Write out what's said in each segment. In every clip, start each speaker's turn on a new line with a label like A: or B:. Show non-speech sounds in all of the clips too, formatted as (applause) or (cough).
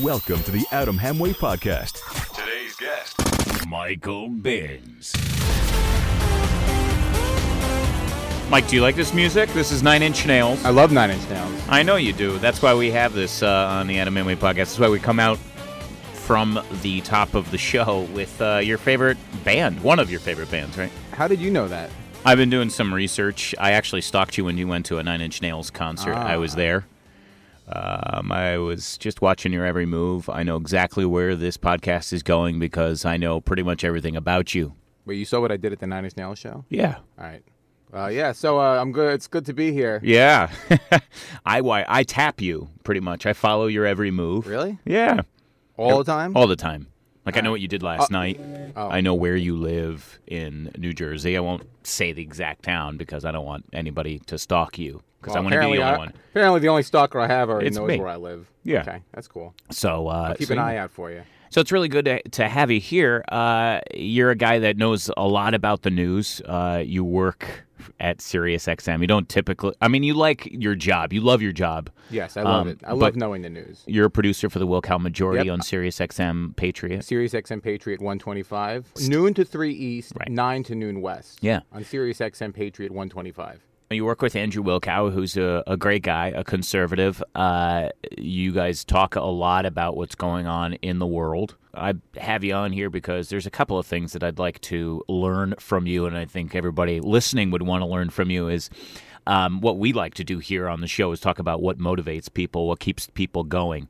A: Welcome to the Adam Hamway Podcast.
B: Today's guest.
C: Michael Biggs.
D: Mike, do you like this music? This is Nine Inch Nails.
E: I love Nine Inch Nails.
D: I know you do. That's why we have this uh, on the Adam Inway podcast. That's why we come out from the top of the show with uh, your favorite band, one of your favorite bands, right?
E: How did you know that?
D: I've been doing some research. I actually stalked you when you went to a Nine Inch Nails concert. I
E: Ah.
D: was there. Um, I was just watching your every move. I know exactly where this podcast is going because I know pretty much everything about you.
E: Wait, you saw what I did at the Nine Inch Nails show?
D: Yeah.
E: All right. Uh, yeah. So uh, I'm good. It's good to be here.
D: Yeah. (laughs) I, why, I tap you pretty much. I follow your every move.
E: Really?
D: Yeah.
E: All the time?
D: All the time. Like I know what you did
E: Uh,
D: last night.
E: oh.
D: I know where you live in New Jersey. I won't say the exact town because I don't want anybody to stalk you because
E: Well,
D: I want to be the only
E: I-
D: one.
E: Apparently, the only stalker I have already
D: It's
E: knows
D: me.
E: where I live.
D: Yeah.
E: Okay, that's cool.
D: So uh,
E: Keep
D: so
E: an
D: you-
E: eye out for you.
D: So it's really good to, to have you here. Uh, you're a guy that knows a lot about the news. Uh, you work at SiriusXM. You don't typically. I mean, you like your job. You love your job.
E: Yes, I love
D: Um,
E: it. I
D: but-
E: love knowing the news.
D: You're a producer for the Wilcal Majority
E: Yep.
D: on SiriusXM Patriot.
E: Sirius XM Patriot 125, noon to 3 East,
D: Right.
E: 9 to noon West.
D: Yeah.
E: On Sirius XM Patriot 125.
D: You work with Andrew Wilkow, who's a, a great guy, a conservative. Uh, you guys talk a lot about what's going on in the world. I have you on here because there's a couple of things that I'd like to learn from you, and I think everybody listening would want to learn from you is um, what we like to do here on the show is talk about what motivates people, what keeps people going.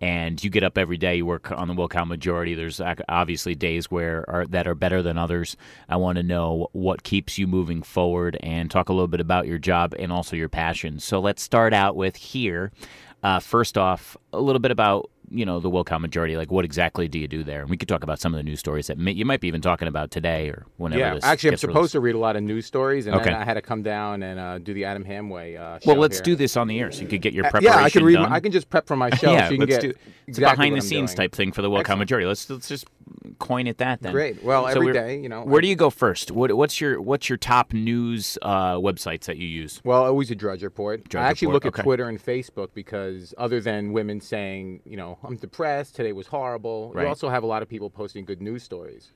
D: And you get up every day. You work on the Wilkow majority. There's ac- obviously days where are, that are better than others. I want to know what keeps you moving forward, and talk a little bit about your job and also your passion. So let's start out with here. Uh, first off, a little bit about you know the Wilkow majority. Like, what exactly do you do there? And we could talk about some of the news stories that may, you might be even talking about today or whenever.
E: Yeah,
D: this
E: actually, I'm
D: gets
E: supposed
D: released.
E: to read a lot of news stories, and
D: Okay.
E: then I had to come down and uh, do the Adam Hamway uh, show
D: Well, let's
E: here.
D: do this on the air so you could get your
E: Uh,
D: preparation
E: Yeah, I can read.
D: done.
E: My, I can just prep
D: (laughs)
E: for my show.
D: yeah,
E: so you can
D: let's
E: get
D: do it's a
E: exactly
D: behind
E: what
D: the
E: I'm
D: scenes
E: doing.
D: type thing for the Wilcow
E: Excellent.
D: majority. Let's let's just coin it that then.
E: Great. Well,
D: So
E: every
D: we're-
E: day, you know,
D: Where do you go first? What, what's your what's your top news uh, websites that you use?
E: Well, always a Drudge Report.
D: Drudge
E: I actually
D: Report,
E: look at
D: okay.
E: Twitter and Facebook because, other than women saying, you know, I'm depressed, today was horrible,
D: Right. Mm-hmm.
E: you also have a lot of people posting good news stories.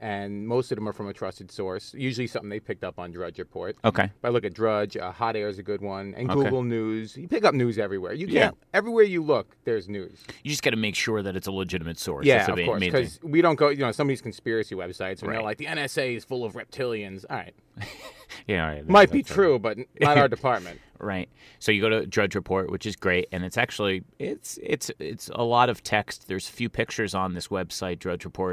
E: And most of them are from a trusted source, usually something they picked up on Drudge Report.
D: Okay.
E: If I look at Drudge, uh, Hot Air is a good one, and
D: Oh. Okay.
E: Google News. You pick up news everywhere. You
D: Yeah.
E: can't, everywhere you look, there's news.
D: You just got to make sure that it's a legitimate source.
E: Yeah,
D: That's
E: of
D: the
E: course.
D: main thing.
E: Because we don't go, you know, some of these conspiracy websites, and
D: Right.
E: they're like, the NSA is full of reptilians. All right.
D: yeah, all right,
E: Might be
D: that's all (laughs)
E: true, but not our department.
D: Right. So you go to Drudge Report, which is great, and it's actually it's it's it's a lot of text. There's a few pictures on this website,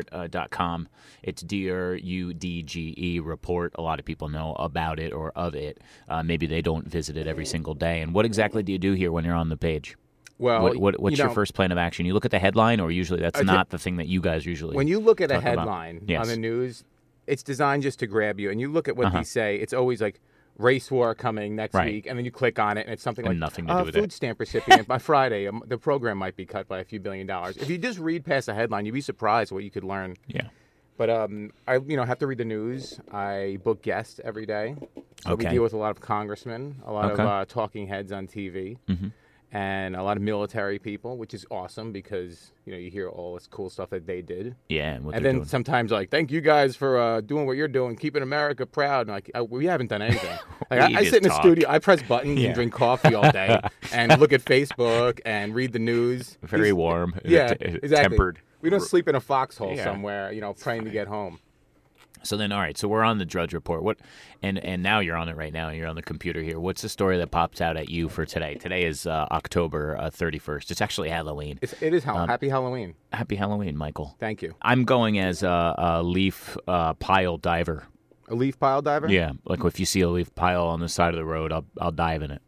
D: drudgereport.com. It's D R U D G E report. A lot of people know about it or of it. Uh, maybe they don't visit it every single day. And what exactly do you do here when you're on the page?
E: Well,
D: what, what,
E: Oh, you
D: what's your
E: know,
D: first plan of action? You look at the headline, or usually that's
E: thi-
D: not the thing that you guys usually.
E: When you look at a
D: talk about?
E: headline
D: Yes. Uh-huh.
E: on the news, it's designed just to grab you. And you look at what they say, it's always like race war coming next
D: Right.
E: week. And then you click on it, and it's something
D: And
E: like
D: nothing to
E: "Uh,
D: do with
E: food
D: it."
E: stamp recipient by Friday. um, The program might be cut by a few billion dollars. If you just read past the headline, you'd be surprised what you could learn.
D: yeah.
E: But um, I you know have to read the news. I book guests every day. So
D: Okay.
E: We deal with a lot of congressmen, a lot
D: Okay. Mm-hmm.
E: of uh, talking heads on TV, and a lot of military people, which is awesome because you know you hear all this cool stuff that they did.
D: Yeah, and what
E: And
D: they're
E: then
D: doing.
E: sometimes like, thank you guys for uh, doing what you're doing, keeping America proud. And, like I, we haven't done anything.
D: (laughs)
E: Like,
D: We
E: I, I
D: just
E: sit in the
D: talk.
E: studio, I press buttons and drink coffee
D: (laughs)
E: all day, and look at Facebook and read the news.
D: very
E: These-
D: warm,
E: yeah,
D: t-
E: exactly.
D: (laughs) tempered.
E: We don't sleep in a foxhole
D: Yeah.
E: somewhere, you know, praying to get home.
D: So then, all right. So we're on the Drudge Report. What? And and now you're on it right now. You're on the computer here. What's the story that pops out at you for today? Today is uh, October uh, 31st. It's actually Halloween.
E: It's, it is Halloween.
D: Um,
E: Happy Halloween.
D: Happy Halloween, Michael.
E: Thank you.
D: I'm going as a, a leaf uh, pile diver.
E: A leaf pile diver?
D: Yeah, like if you see a leaf pile on the side of the road, I'll I'll dive in it.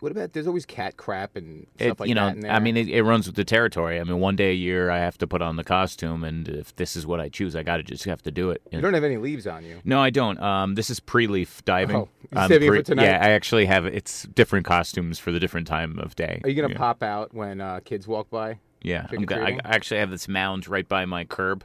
E: What about there's always cat crap and stuff
D: It,
E: like
D: you know,
E: that in there.
D: I mean, it, it runs with the territory. I mean, one day a year I have to put on the costume, and if this is what I choose, I gotta just have to do it.
E: you don't have any leaves on you.
D: No, I don't. Um, this is pre-leaf diving.
E: Oh, you
D: Um,
E: saving it for tonight?
D: Yeah, I actually have. It's different costumes for the different time of day.
E: Are you gonna
D: yeah.
E: pop out when uh, kids walk by?
D: Yeah, I'm go- I
E: trick-or-treating?
D: I actually have this mound right by my curb,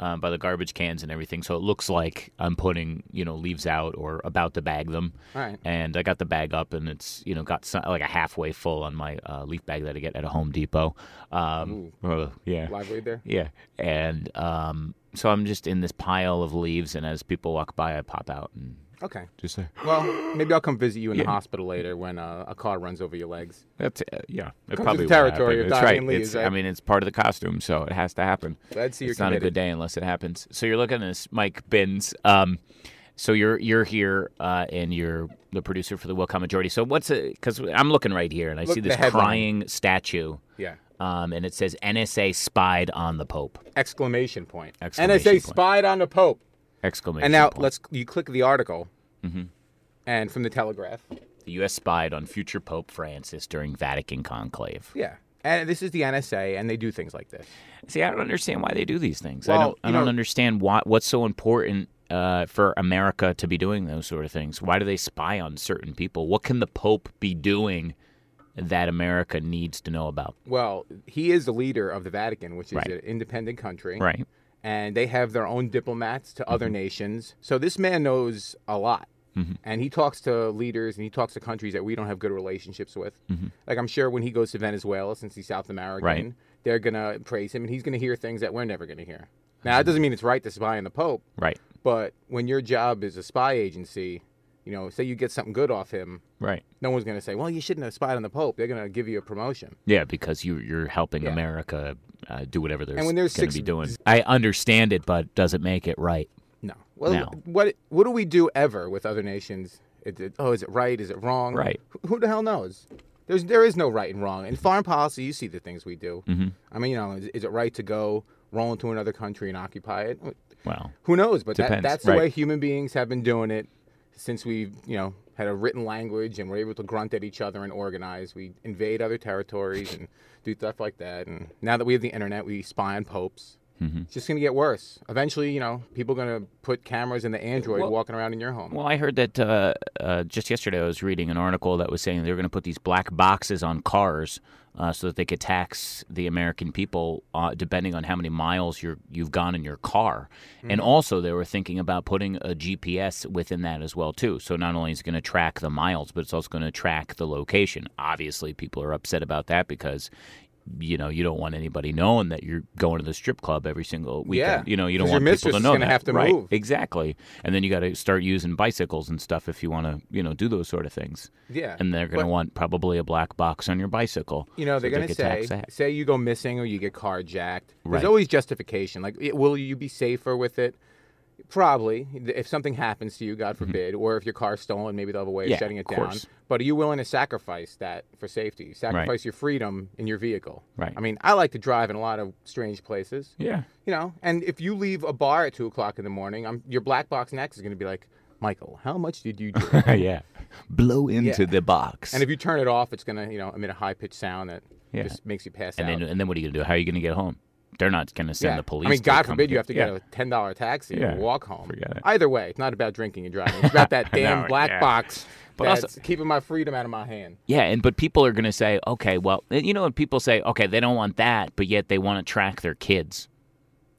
D: um, by the garbage cans and everything. So it looks like I'm putting you know leaves out or about to bag them.
E: All right.
D: And I got the bag up, and it's you know got some, like a halfway full on my uh, leaf bag that I get at a Home Depot. Um, uh, yeah.
E: Live read there.
D: Yeah. And um, so I'm just in this pile of leaves, and as people walk by, I pop out and
E: Okay.
D: just say,
E: Well, maybe I'll come visit you in the hospital later when uh, a car runs over your legs.
D: That's, uh, yeah. It
E: Comes with
D: probably
E: the
D: will
E: territory
D: happen.
E: of
D: It's
E: Diane
D: right.
E: Lee,
D: It's-
E: is that-
D: I mean, it's part of the costume, so it has to happen.
E: Glad to see you're
D: it's not a
E: committed.
D: good day unless it happens. So you're looking at this, Mike Bins. Um, so you're you're here, uh, and you're the producer for the Will Come Majority. So what's it? Because I'm looking right here, and I see
E: the
D: this
E: headline.
D: crying statue,
E: Yeah.
D: um, and it says NSA spied on the Pope!
E: Exclamation point.
D: Exclamation
E: NSA
D: point.
E: spied on the Pope.
D: Exclamation! Mm-hmm.
E: And now
D: point.
E: let's you click the article, and from the Telegraph.
D: The U.S. spied on future Pope Francis during Vatican conclave.
E: Yeah. And this is the NSA, and they do things like this.
D: See, I don't understand why they do these things. I
E: Well,
D: don't. I
E: you
D: don't
E: know-
D: understand why. What's so important uh, for America to be doing those sort of things? Why do they spy on certain people? What can the Pope be doing that America needs to know about?
E: Well, he is the leader of the Vatican, which is
D: Right.
E: an independent country.
D: Right. Mm-hmm.
E: And they have their own diplomats to other nations. So this man knows a lot. And he talks to leaders and he talks to countries that we don't have good relationships with. Like, I'm sure when he goes to Venezuela, since he's South American,
D: Mm-hmm. Right.
E: they're going to praise him and he's going to hear things that we're never going to hear. Now, that
D: Mm-hmm.
E: doesn't mean it's right to spy on the Pope,
D: Right.
E: but when your job is a spy agency, you know, say you get something good off him,
D: Right.
E: no one's going to say, well, you shouldn't have spied on the Pope. They're going to give you a promotion.
D: Yeah, because you you're helping
E: Yeah.
D: America uh, do whatever they're
E: And
D: going
E: when there's
D: to
E: six-
D: be doing. I understand it, but does it make it right?
E: No. Well,
D: No.
E: what what do we do ever with other nations? It, it- oh, is it right? Is it wrong?
D: Right.
E: Who, who the hell knows? There's there is no right and wrong in foreign policy. You see the things we do.
D: Mm-hmm.
E: I mean, you know, is, is it right to go roll into another country and occupy it?
D: Well,
E: Who knows? But that,
D: Depends,
E: that's the
D: right.
E: way human beings have been doing it since we, you know, had a written language and were able to grunt at each other and organize. We invade other territories and do stuff like that. And now that we have the internet, we spy on popes.
D: Mm-hmm.
E: It's just going to get worse. Eventually, you know, people are going to put cameras in the Android walking around in your home.
D: Well, I heard that uh, uh, just yesterday I was reading an article that was saying they were going to put these black boxes on cars uh, so that they could tax the American people uh, depending on how many miles you're, you've gone in your car.
E: Hmm.
D: And also, they were thinking about putting a GPS within that as well too. So not only is it going to track the miles, but it's also going to track the location. Obviously, people are upset about that because. You know, you don't want anybody knowing that you're going to the strip club every single weekend. You know, you don't
E: 'cause
D: want
E: your
D: people
E: mistress
D: to
E: is
D: know
E: gonna
D: that.
E: have to
D: right?
E: move.
D: Exactly. And then you got to start using bicycles and stuff if you want to, you know, do those sort of things.
E: Yeah,
D: And they're going to
E: but-
D: want probably a black box on your bicycle.
E: You know, they're
D: so
E: going
D: they
E: to
D: could tax
E: say,
D: that.
E: say you go missing or you get carjacked.
D: Right.
E: There's always justification. Like, it- will you be safer with it? Probably. If something happens to you, God forbid, or if your car's stolen, maybe they'll have a way
D: Mm-hmm. Yeah,
E: of shutting it
D: of
E: down.
D: course.
E: But are you willing to sacrifice that for safety? Sacrifice your freedom in your vehicle?
D: Right.
E: I mean, I like to drive in a lot of strange places.
D: Yeah.
E: You know, and if you leave a bar at two o'clock in the morning, I'm, your black box next is going to be like, Michael, how much did
D: (laughs)
E: you do?
D: yeah. Blow into
E: Yeah.
D: the box.
E: and if you turn it off, it's going to, you know, emit a high pitched sound that
D: Yeah.
E: just makes you pass
D: and
E: out.
D: then, and then what are you going to do? How are you going to get home? They're not going to send the police.
E: I mean,
D: to
E: God
D: come
E: forbid you
D: get-
E: have to get
D: Yeah.
E: a ten dollar taxi
D: Yeah.
E: and walk home.
D: Forget it.
E: Either way, it's not about drinking and driving. It's
D: (laughs)
E: about that damn
D: No,
E: black
D: yeah.
E: box
D: But also-
E: that's keeping my freedom out of my hand.
D: Yeah, and but people are going to say, okay, well, and you know, when people say, okay, they don't want that, but yet they want to track their kids.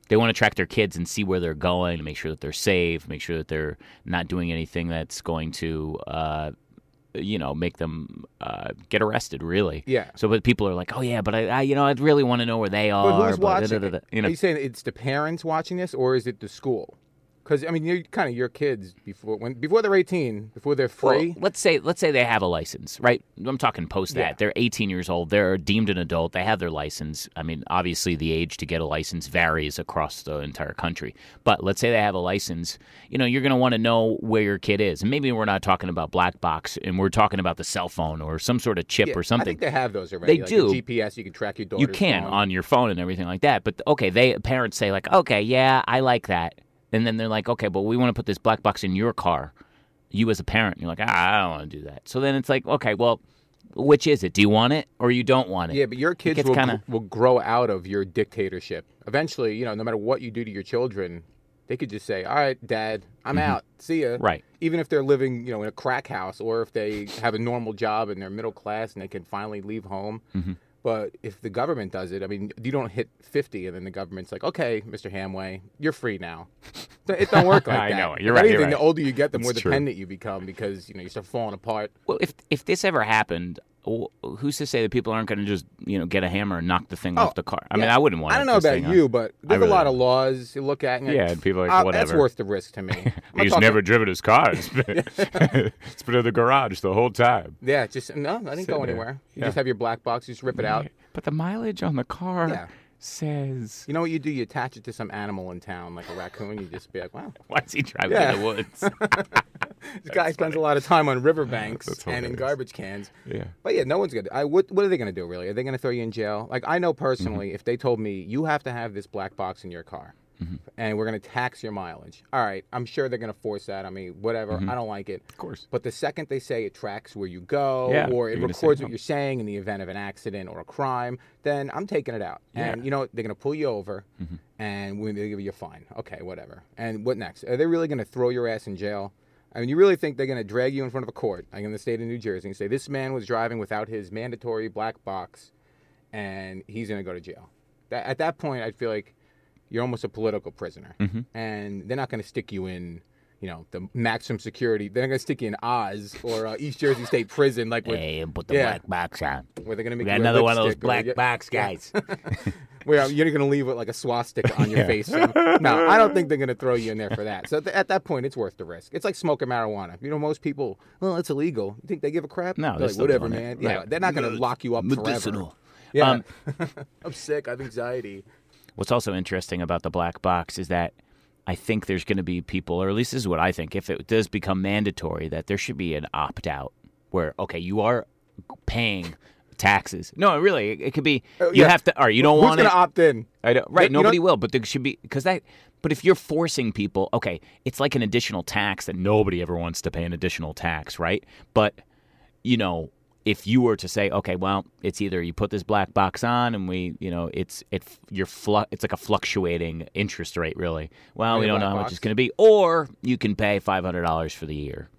D: They want to track their kids and see where they're going, make sure that they're safe, make sure that they're not doing anything that's going to, uh, you know, make them uh, get arrested. Really,
E: Yeah.
D: So, but people are like, oh yeah, but I, I you know, I'd really want to know where they are.
E: But who's
D: blah, da,
E: watching?
D: da, da,
E: it?
D: da. You know,
E: Are you saying it's the parents watching this, or is it the school? Because I mean, you're kind of your kids before when before they're eighteen, before they're free.
D: Well, let's say let's say they have a license, right? I'm talking post that.
E: Yeah.
D: They're 18 years old. They're deemed an adult. They have their license. I mean, obviously the age to get a license varies across the entire country. But let's say they have a license. You know, you're going to want to know where your kid is. And maybe we're not talking about black box and we're talking about the cell phone or some sort of chip
E: Yeah,
D: or
E: I
D: something.
E: think they have those already.
D: They
E: like
D: do.
E: A GPS, you can track your daughter.
D: you can on your phone and everything like that. But okay, they parents say like, "Okay, yeah, I like that." And then they're like, "Okay, but we want to put this black box in your car." You as a parent, you're like, "Ah, I don't want to do that." So then it's like, "Okay, well, which is it? Do you want it or you don't want it?"
E: Yeah, but your kids
D: gets
E: will,
D: kinda-
E: will grow out of your dictatorship. Eventually, you know, no matter what you do to your children, they could just say, "All right, Dad, I'm out. See ya."
D: Mm-hmm. Right.
E: Even if they're living, you know,
D: Mm-hmm.
E: in a crack house, or if they have a normal job and they're middle class and they can finally leave home. But if the government does it, I mean, you don't hit 50 and then the government's like, okay, Mr. Hamway, you're free now. It don't work like
D: (laughs) I
E: that.
D: know. You're
E: If
D: right, you're
E: anything, The
D: right.
E: older you get, the more
B: It's true.
E: dependent you become because, you know, you start falling apart.
D: Well, if if this ever happened, wh- who's to say that people aren't going to just you know get a hammer and knock the thing off the car? I mean,
E: Oh, yeah.
D: I wouldn't want.
E: I
D: it
E: don't know
D: this thing
E: about
D: on-
E: you, but there's
D: really
E: a lot of laws you look at. And you're
D: Yeah, and people are like,
E: "Ah,
D: whatever."
E: That's worth the risk
D: (laughs)
E: to me. I'm not
B: He's
E: talking-
B: never driven his car. It's
E: (laughs)
B: been, it's been in the garage the whole time.
E: Yeah, just no, I didn't go
B: there.
E: anywhere. You
B: Yeah.
E: just have your black box, you just rip it out.
D: But the mileage on the car
E: Uh, Yeah.
D: says,
E: You know what you do? You attach it to some animal in town, like a raccoon. You just be
B: (laughs)
E: like, wow,
D: (laughs) "Why is he driving
E: Yeah.
D: in the
E: (laughs)
D: woods?"
E: this guy spends a lot of time on riverbanks and in
B: hilarious.
E: garbage cans.
B: Yeah.
E: But yeah, no one's gonna. I what, what are they gonna do really? Are they gonna throw you in jail? Like I know personally,
B: Mm-hmm.
E: if they told me you have to have this black box in your car, and we're gonna tax your mileage. All right, I'm sure they're gonna force that on me. Whatever, I don't like it. Of
B: Mm-hmm. course.
E: But the second they say it tracks where you go
D: Yeah,
E: or it
D: you're gonna say
E: records
D: no.
E: what you're saying in the event of an accident or a crime, then I'm taking it out. And you know what? they're gonna pull you over.
D: Mm-hmm.
E: And when they give you a fine, okay, whatever. And what next? Are they really going to throw your ass in jail? I mean, you really think they're going to drag you in front of a court, like in the state of New Jersey, and say this man was driving without his mandatory black box, and he's going to go to jail? That, at that point, I'd feel like you're almost a political prisoner,
D: Mm-hmm.
E: and they're not going to stick you in, you know, the maximum security. They're not going to stick you in Oz or uh, East Jersey State Prison, like with,
D: Hey, put the
E: Yeah.
D: black box on.
E: where they're going to
D: We
E: make
D: got
E: you wear
D: another one of those
E: lipstick or
D: black
E: you-
D: box
E: (laughs)
D: guys.
E: where you're going to leave with like a swastika on your face. So, no, I don't
D: (laughs)
E: think they're going to throw you in there for that. So th- at that point, it's worth the risk. It's like smoking marijuana. You know, most people, well, it's illegal. You think they give a crap?
D: No,
E: They're
D: they're
E: like,
D: still
E: whatever,
D: doing it.
E: man. Yeah,
D: Right.
E: they're not going to lock you up forever.
D: Medicinal.
E: Yeah, (laughs)
D: Um,
E: I'm sick. I have anxiety.
D: What's also interesting about the black box is that I think there's going to be people, or at least this is what I think, if it does become mandatory, that there should be an opt out where, okay, you are paying taxes. No, really, it, it could be you
E: Oh, yeah.
D: have to, or you don't
E: Who's
D: want
E: going
D: it.
E: to opt in?
D: I don't, right,
E: You know-
D: nobody will, but there should be because that. But if you're forcing people, okay, it's like an additional tax that nobody ever wants to pay an additional tax, right? But you know, if you were to say, okay, well, it's either you put this black box on and we, you know, it's it you're flu- it's like a fluctuating interest rate, really. Well,
E: Right,
D: we
E: a
D: don't know
E: black
D: how much
E: box.
D: it's going to be, or you can pay five hundred dollars for the year.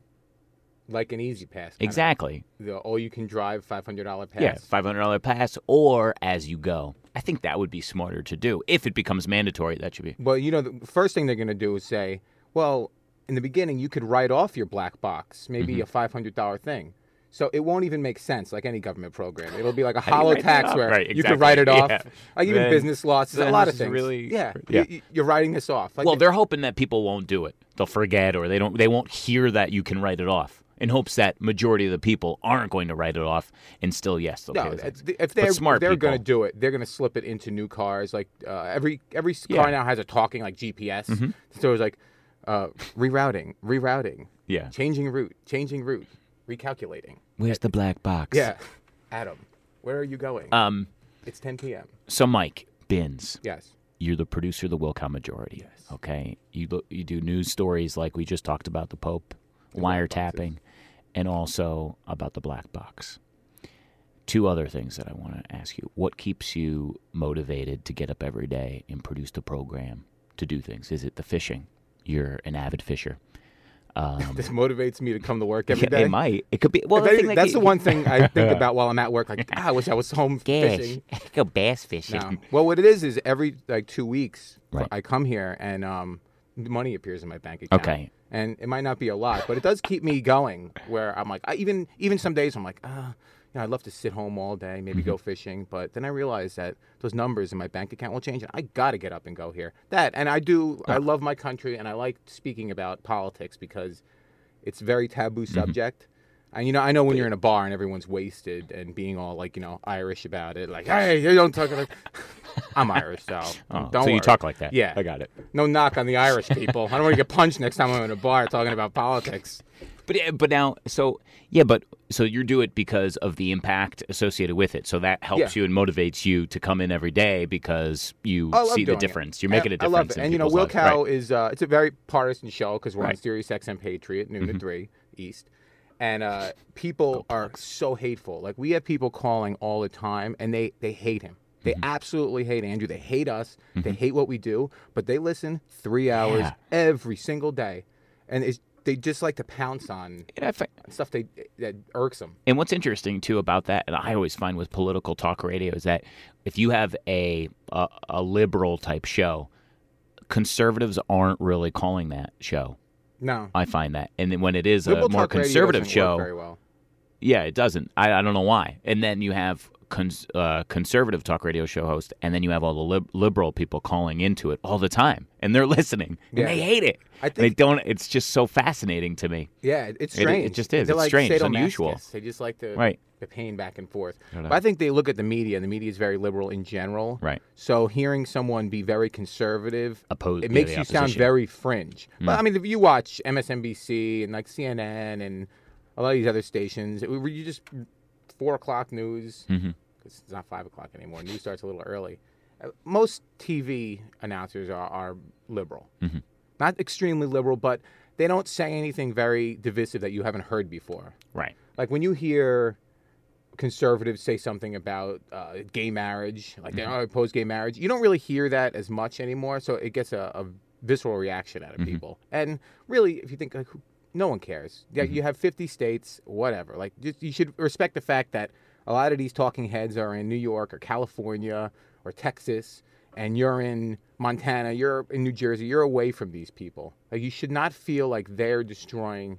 E: Like an easy pass. kinda.
D: Exactly.
E: The all you can drive $500 pass.
D: Yeah, five hundred dollar pass, or as you go. I think that would be smarter to do if it becomes mandatory. That should be.
E: Well, you know, the first thing they're going to do is say, well, in the beginning, you could write off your black box, maybe
D: Mm-hmm.
E: a $500 thing. So it won't even make sense, like any government program. It'll be like a hollow
D: write that
E: tax
D: off?
E: where
D: Right,
E: you can
D: exactly.
E: write it off.
D: Yeah.
E: Like even
B: Then-
E: business losses, a
B: then
E: lot
B: this
E: of
B: is
E: things.
B: really-
E: yeah,
B: yeah.
E: You, are writing this off. Like
D: Well,
E: the-
D: they're hoping that people won't do it. They'll forget or they don't they won't hear that you can write it off in hopes that majority of the people aren't going to write it off and still yes they'll pay
E: No,
D: the
E: if
D: tax.
E: they- if they're
D: smart
E: they're going to
D: people.
E: do it, they're going to slip it into new cars. Like uh, every every s-
D: Yeah. Mm-hmm.
E: car now has a talking like GPS. So it's like uh, rerouting, rerouting,
D: Yeah.
E: changing route, changing route, recalculating.
D: Where's the black box?
E: Yeah, (laughs) Adam, where are you going?
D: Um
E: it's 10 p.m.
D: so Mike Bins,
E: Yes.
D: you're the producer of the Wilcow majority. Yes. Okay. You look you do news stories like we just talked about the Pope wiretapping and also about the black box. Two other things that I want to ask you. What keeps you motivated to get up every day and produce the program to do things? Is it the fishing? You're an avid fisher.
E: This motivates me to come to work every
D: Yeah,
E: day.
D: It might. It could be. Well,
E: If
D: the thing
E: anything,
D: that
E: that's
D: you- (laughs)
E: the one thing I think about while I'm at work. Like, ah, I wish I was home
D: Gosh,
E: fishing.
D: I could (laughs) go bass fishing.
E: No. Well, what it is is every like two weeks,
D: Right.
E: I come here and um, money appears in my bank account.
D: Okay.
E: And it might not be a lot, but it does keep me going. Where I'm like, I even even some days I'm like, ah, you know, I'd love to sit home all day, maybe
D: Mm-hmm.
E: go fishing. But then I realize that those numbers in my bank account will change, and I got to get up and go here. That and I do. I love my country, and I like speaking about politics because it's very taboo
D: Mm-hmm.
E: subject. And you know, I know when you're in a bar and everyone's wasted and being all like, you know, Irish about it, like, hey, you don't talk like (laughs) I'm Irish, so
D: Oh,
E: don't
D: so
E: worry.
D: you talk like that.
E: Yeah.
D: I got it.
E: No knock on the Irish people. I don't want to get punched next time I'm in a bar talking about politics.
D: But uh, but now so yeah, but so you do it because of the impact associated with it. So that helps
E: Yeah.
D: you and motivates you to come in every day because you
E: I love
D: see the
E: doing it.
D: difference. You're making
E: I-
D: a difference.
E: I love it.
D: in
E: And you know,
D: people's
E: Will
D: lives. Right.
E: Cow is uh, it's a very partisan show because we're on
D: Right. Mm-hmm.
E: Sirius XM Patriot noon to three East,
D: (laughs)
E: and uh, people are so hateful. Like we have people calling all the time, and they they hate him. They
D: Mm-hmm.
E: absolutely hate Andrew. They hate us. They hate what we do. But they listen three hours
D: Yeah.
E: every single day, and it's. they just like to pounce on
D: And I fi-
E: stuff they that irks them.
D: And what's interesting too about that, and I always find with political talk radio, is that if you have a a, a liberal type show, conservatives aren't really calling that show.
E: No,
D: I find that, and then when it is
E: Liberal
D: a more
E: talk radio
D: conservative
E: doesn't
D: show,
E: work very well.
D: yeah, it doesn't. I, I don't know why. And then you have cons- uh, conservative talk radio show host, and then you have all the lib- liberal people calling into it all the time, and they're (laughs) listening,
E: Yeah.
D: and they hate it.
E: I
D: they
E: think-
D: don't. It's just so fascinating to me.
E: Yeah, it- it's
D: It- it
E: strange.
D: just is.
E: They're
D: It's
E: like
D: strange. It's
E: sadomasochists.
D: unusual.
E: They just like the
D: Right.
E: the pain back and forth.
D: don't
E: But
D: know.
E: I think they look at the media, and the media is very liberal in general.
D: Right.
E: So hearing someone be very conservative,
D: Opposed-
E: it
D: yeah,
E: makes
D: the
E: you sound
D: opposition. Mm.
E: very fringe. But I mean, if you watch MSNBC and like CNN and a lot of these other stations, it, you just four o'clock news.
D: Mm-hmm.
E: It's not five o'clock anymore. News starts a little early. Uh, Most TV announcers are, are liberal
D: Mm-hmm.
E: not extremely liberal, but they don't say anything very divisive that you haven't heard before.
D: Right.
E: Like when you hear conservatives say something about uh, gay marriage, like they are opposed gay marriage, you don't really hear that as much anymore. So it gets a, a visceral reaction out of people. And really, if you think like, who- no one cares. Yeah, you have 50 states, whatever. Like just, you should respect the fact that a lot of these talking heads are in New York or California or Texas, and you're in Montana, you're in New Jersey, you're away from these people. Like you should not feel like they're destroying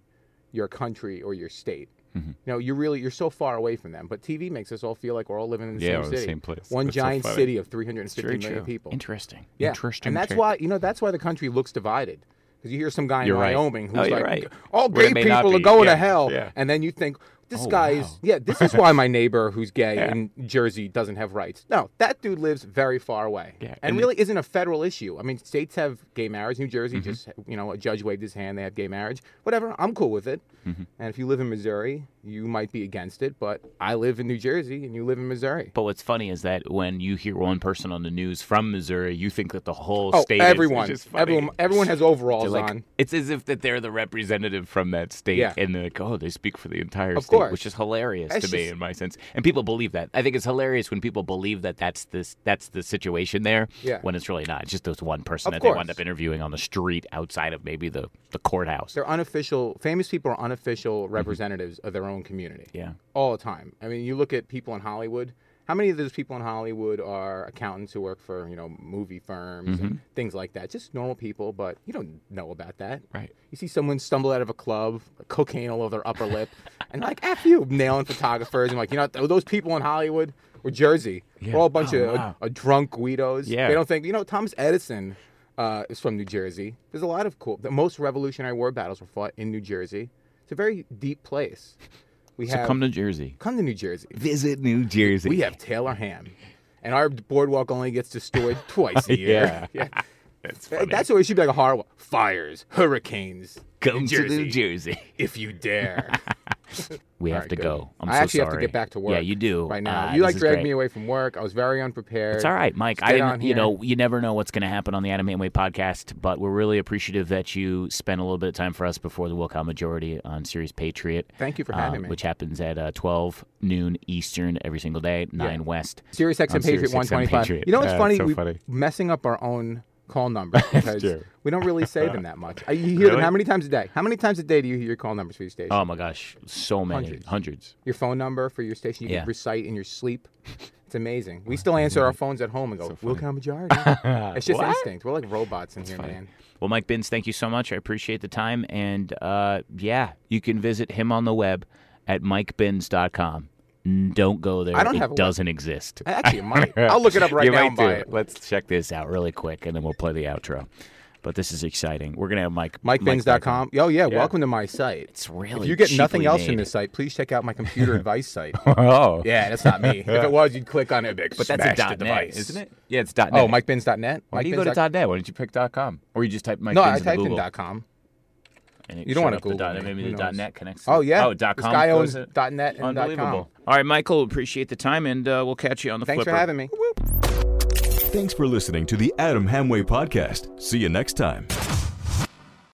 E: your country or your state.
B: Mm-hmm.
E: You know, you're really you're so far away from them. But TV makes us all feel like we're all living in the
B: Yeah,
E: same
B: we're the
E: city,
B: same place.
E: one
B: That's so
E: giant
B: funny.
E: city of 350 million people.
D: Interesting.
E: Yeah,
D: Interesting.
E: and that's
D: take.
E: why you know that's why the country looks divided. Because you hear some guy in
D: You're right.
E: Wyoming
D: No,
E: who's
D: you're
E: like,
D: right.
E: "All
B: Where
E: gay
B: it may not
E: people are
B: be.
E: going
B: Yeah,
E: to hell,"
B: yeah.
E: and then you think this
D: Oh,
E: guy's
D: wow.
E: yeah, this is why my neighbor
D: (laughs)
E: who's gay in Jersey doesn't have rights. No, that dude lives very far away,
D: Yeah,
E: and,
D: and
E: really isn't a federal issue. I mean, states have gay marriage. New Jersey
D: Mm-hmm.
E: just you know a judge waved his hand; they have gay marriage. Whatever, I'm cool with it.
D: Mm-hmm.
E: And if you live in Missouri, you might be against it, but I live in New Jersey, and you live in Missouri.
D: But what's funny is that when you hear one person on the news from Missouri, you think that the whole
E: Oh,
D: state is-
E: everyone,
D: is just funny.
E: everyone, everyone has overalls
D: They're like-
E: on.
D: It's as if that they're the representative from that state,
E: Yeah.
D: and they're like, oh, they speak for the entire
E: Of
D: state,
E: course.
D: which is hilarious
E: That's
D: to me
E: just-
D: in my sense. And people believe that. I think it's hilarious when people believe that that's this that's the situation there.
E: Yeah.
D: When it's really not. It's just this one person
E: Of
D: that they
E: course.
D: wind up interviewing on the street outside of maybe the the courthouse.
E: they're unofficial famous people are unofficial representatives of their own community
D: Mm-hmm. Yeah.
E: all the time i mean you look at people in hollywood how many of those people in hollywood are accountants who work for you know movie firms
D: Mm-hmm.
E: and things like that just normal people but you don't know about that
D: Right.
E: you see someone stumble out of a club cocaine all over their upper lip and like f you nailing photographers and like you know th- those people in hollywood or jersey we are all a bunch
D: Oh,
E: of
D: wow.
E: uh, drunk guidos
D: Yeah.
E: they don't think you know thomas edison uh, is from new jersey there's a lot of cool the most revolutionary war battles were fought in new jersey it's a very deep place we
D: So
E: have
D: come to Jersey.
E: come to new jersey
D: Visit New Jersey.
E: we have taylor ham and our boardwalk only gets
D: (laughs)
E: destroyed twice a year (laughs) yeah, That's, That's what it should be like a horror. wa- Fires, hurricanes.
D: come
E: New
D: to New
E: Jersey
D: Jersey.
E: if you
D: (laughs)
E: dare.
D: We have
E: right,
D: to
E: good.
D: go. I'm
E: I
D: so
E: actually have to
D: sorry.
E: get back to work.
D: Yeah, you do.
E: Right now,
D: Uh,
E: you
D: this
E: like
D: is
E: dragged
D: great.
E: me away from work. I was very unprepared.
D: It's all right, Mike. I
E: Stay
D: didn't,
E: on
D: you
E: here.
D: know, you never know what's going to happen on the Adam Hamway podcast, but we're really appreciative that you spent a little bit of time for us before the Wilcow majority on Series Patriot.
E: Thank you for having
D: uh,
E: me.
D: Which happens at uh, 12 noon Eastern every single day, 9 West.
E: Sirius
D: On
E: XM Patriot
D: SiriusXM
E: 125.
D: Patriot.
E: You know what's
B: Yeah, it's
E: funny?
B: so
E: we
B: funny.
E: messing up our own call numbers because
B: true.
E: we don't really say them that much. Uh, You hear them
B: Really?
E: how many times a day? How many times a day do you hear your call numbers for your station?
D: Oh my gosh, so many.
E: Hundreds.
D: Hundreds.
E: your phone number for your station you
D: Yeah.
E: can recite in your sleep. It's amazing. We still answer our phones at home and go, "Will count majority." it's just instinct. We're like robots in here, man.
D: Well, Mike Binns, thank you so much. I appreciate the time. And uh, yeah, you can visit him on the web at mikebins.com. Mm, Don't go there.
E: I don't
D: it
E: have a web-
D: doesn't exist.
E: Actually, it
B: (laughs)
E: might. I'll look it up right
B: you
E: now
B: might
E: and buy
B: do.
E: it.
B: Let's check this.
D: this out really quick and then we'll play the outro. But this is exciting. We're going to have Mike. Mike back on.
E: MikeBins.com. Oh yeah, welcome to my site.
D: It's really
E: If you get nothing
D: cheaply
E: else from
D: made.
E: this site, please check out my computer advice site.
B: Oh,
E: Yeah, that's not me.
D: (laughs)
E: if it was, you'd click on it. But
D: that's a dot net,
E: device.
D: isn't it?
B: yeah, it's dot.
E: Oh,
B: net.
E: MikeBins.net.
B: Why do you go to dot net? Why don't you pick dot com? Or you just type Mike
E: No,
B: Binns
E: I
B: into
E: typed in
B: Google.
E: dot .com.
D: And it
E: You don't wanna
D: showed up the
E: Google
D: dot-
E: it.
D: Maybe
E: Who
D: the dot
E: knows?
D: net connects. to-
E: Oh yeah.
D: Oh, dot
E: This
D: com.
E: guy
D: goes
E: owns
D: it.
E: dot .net and dot .com.
D: Unbelievable. All right, Michael, appreciate the time, and uh, we'll catch you on the
E: Thanks
D: flipper.
E: for having me.
A: Thanks for listening to the Adam Hamway Podcast. See you next time.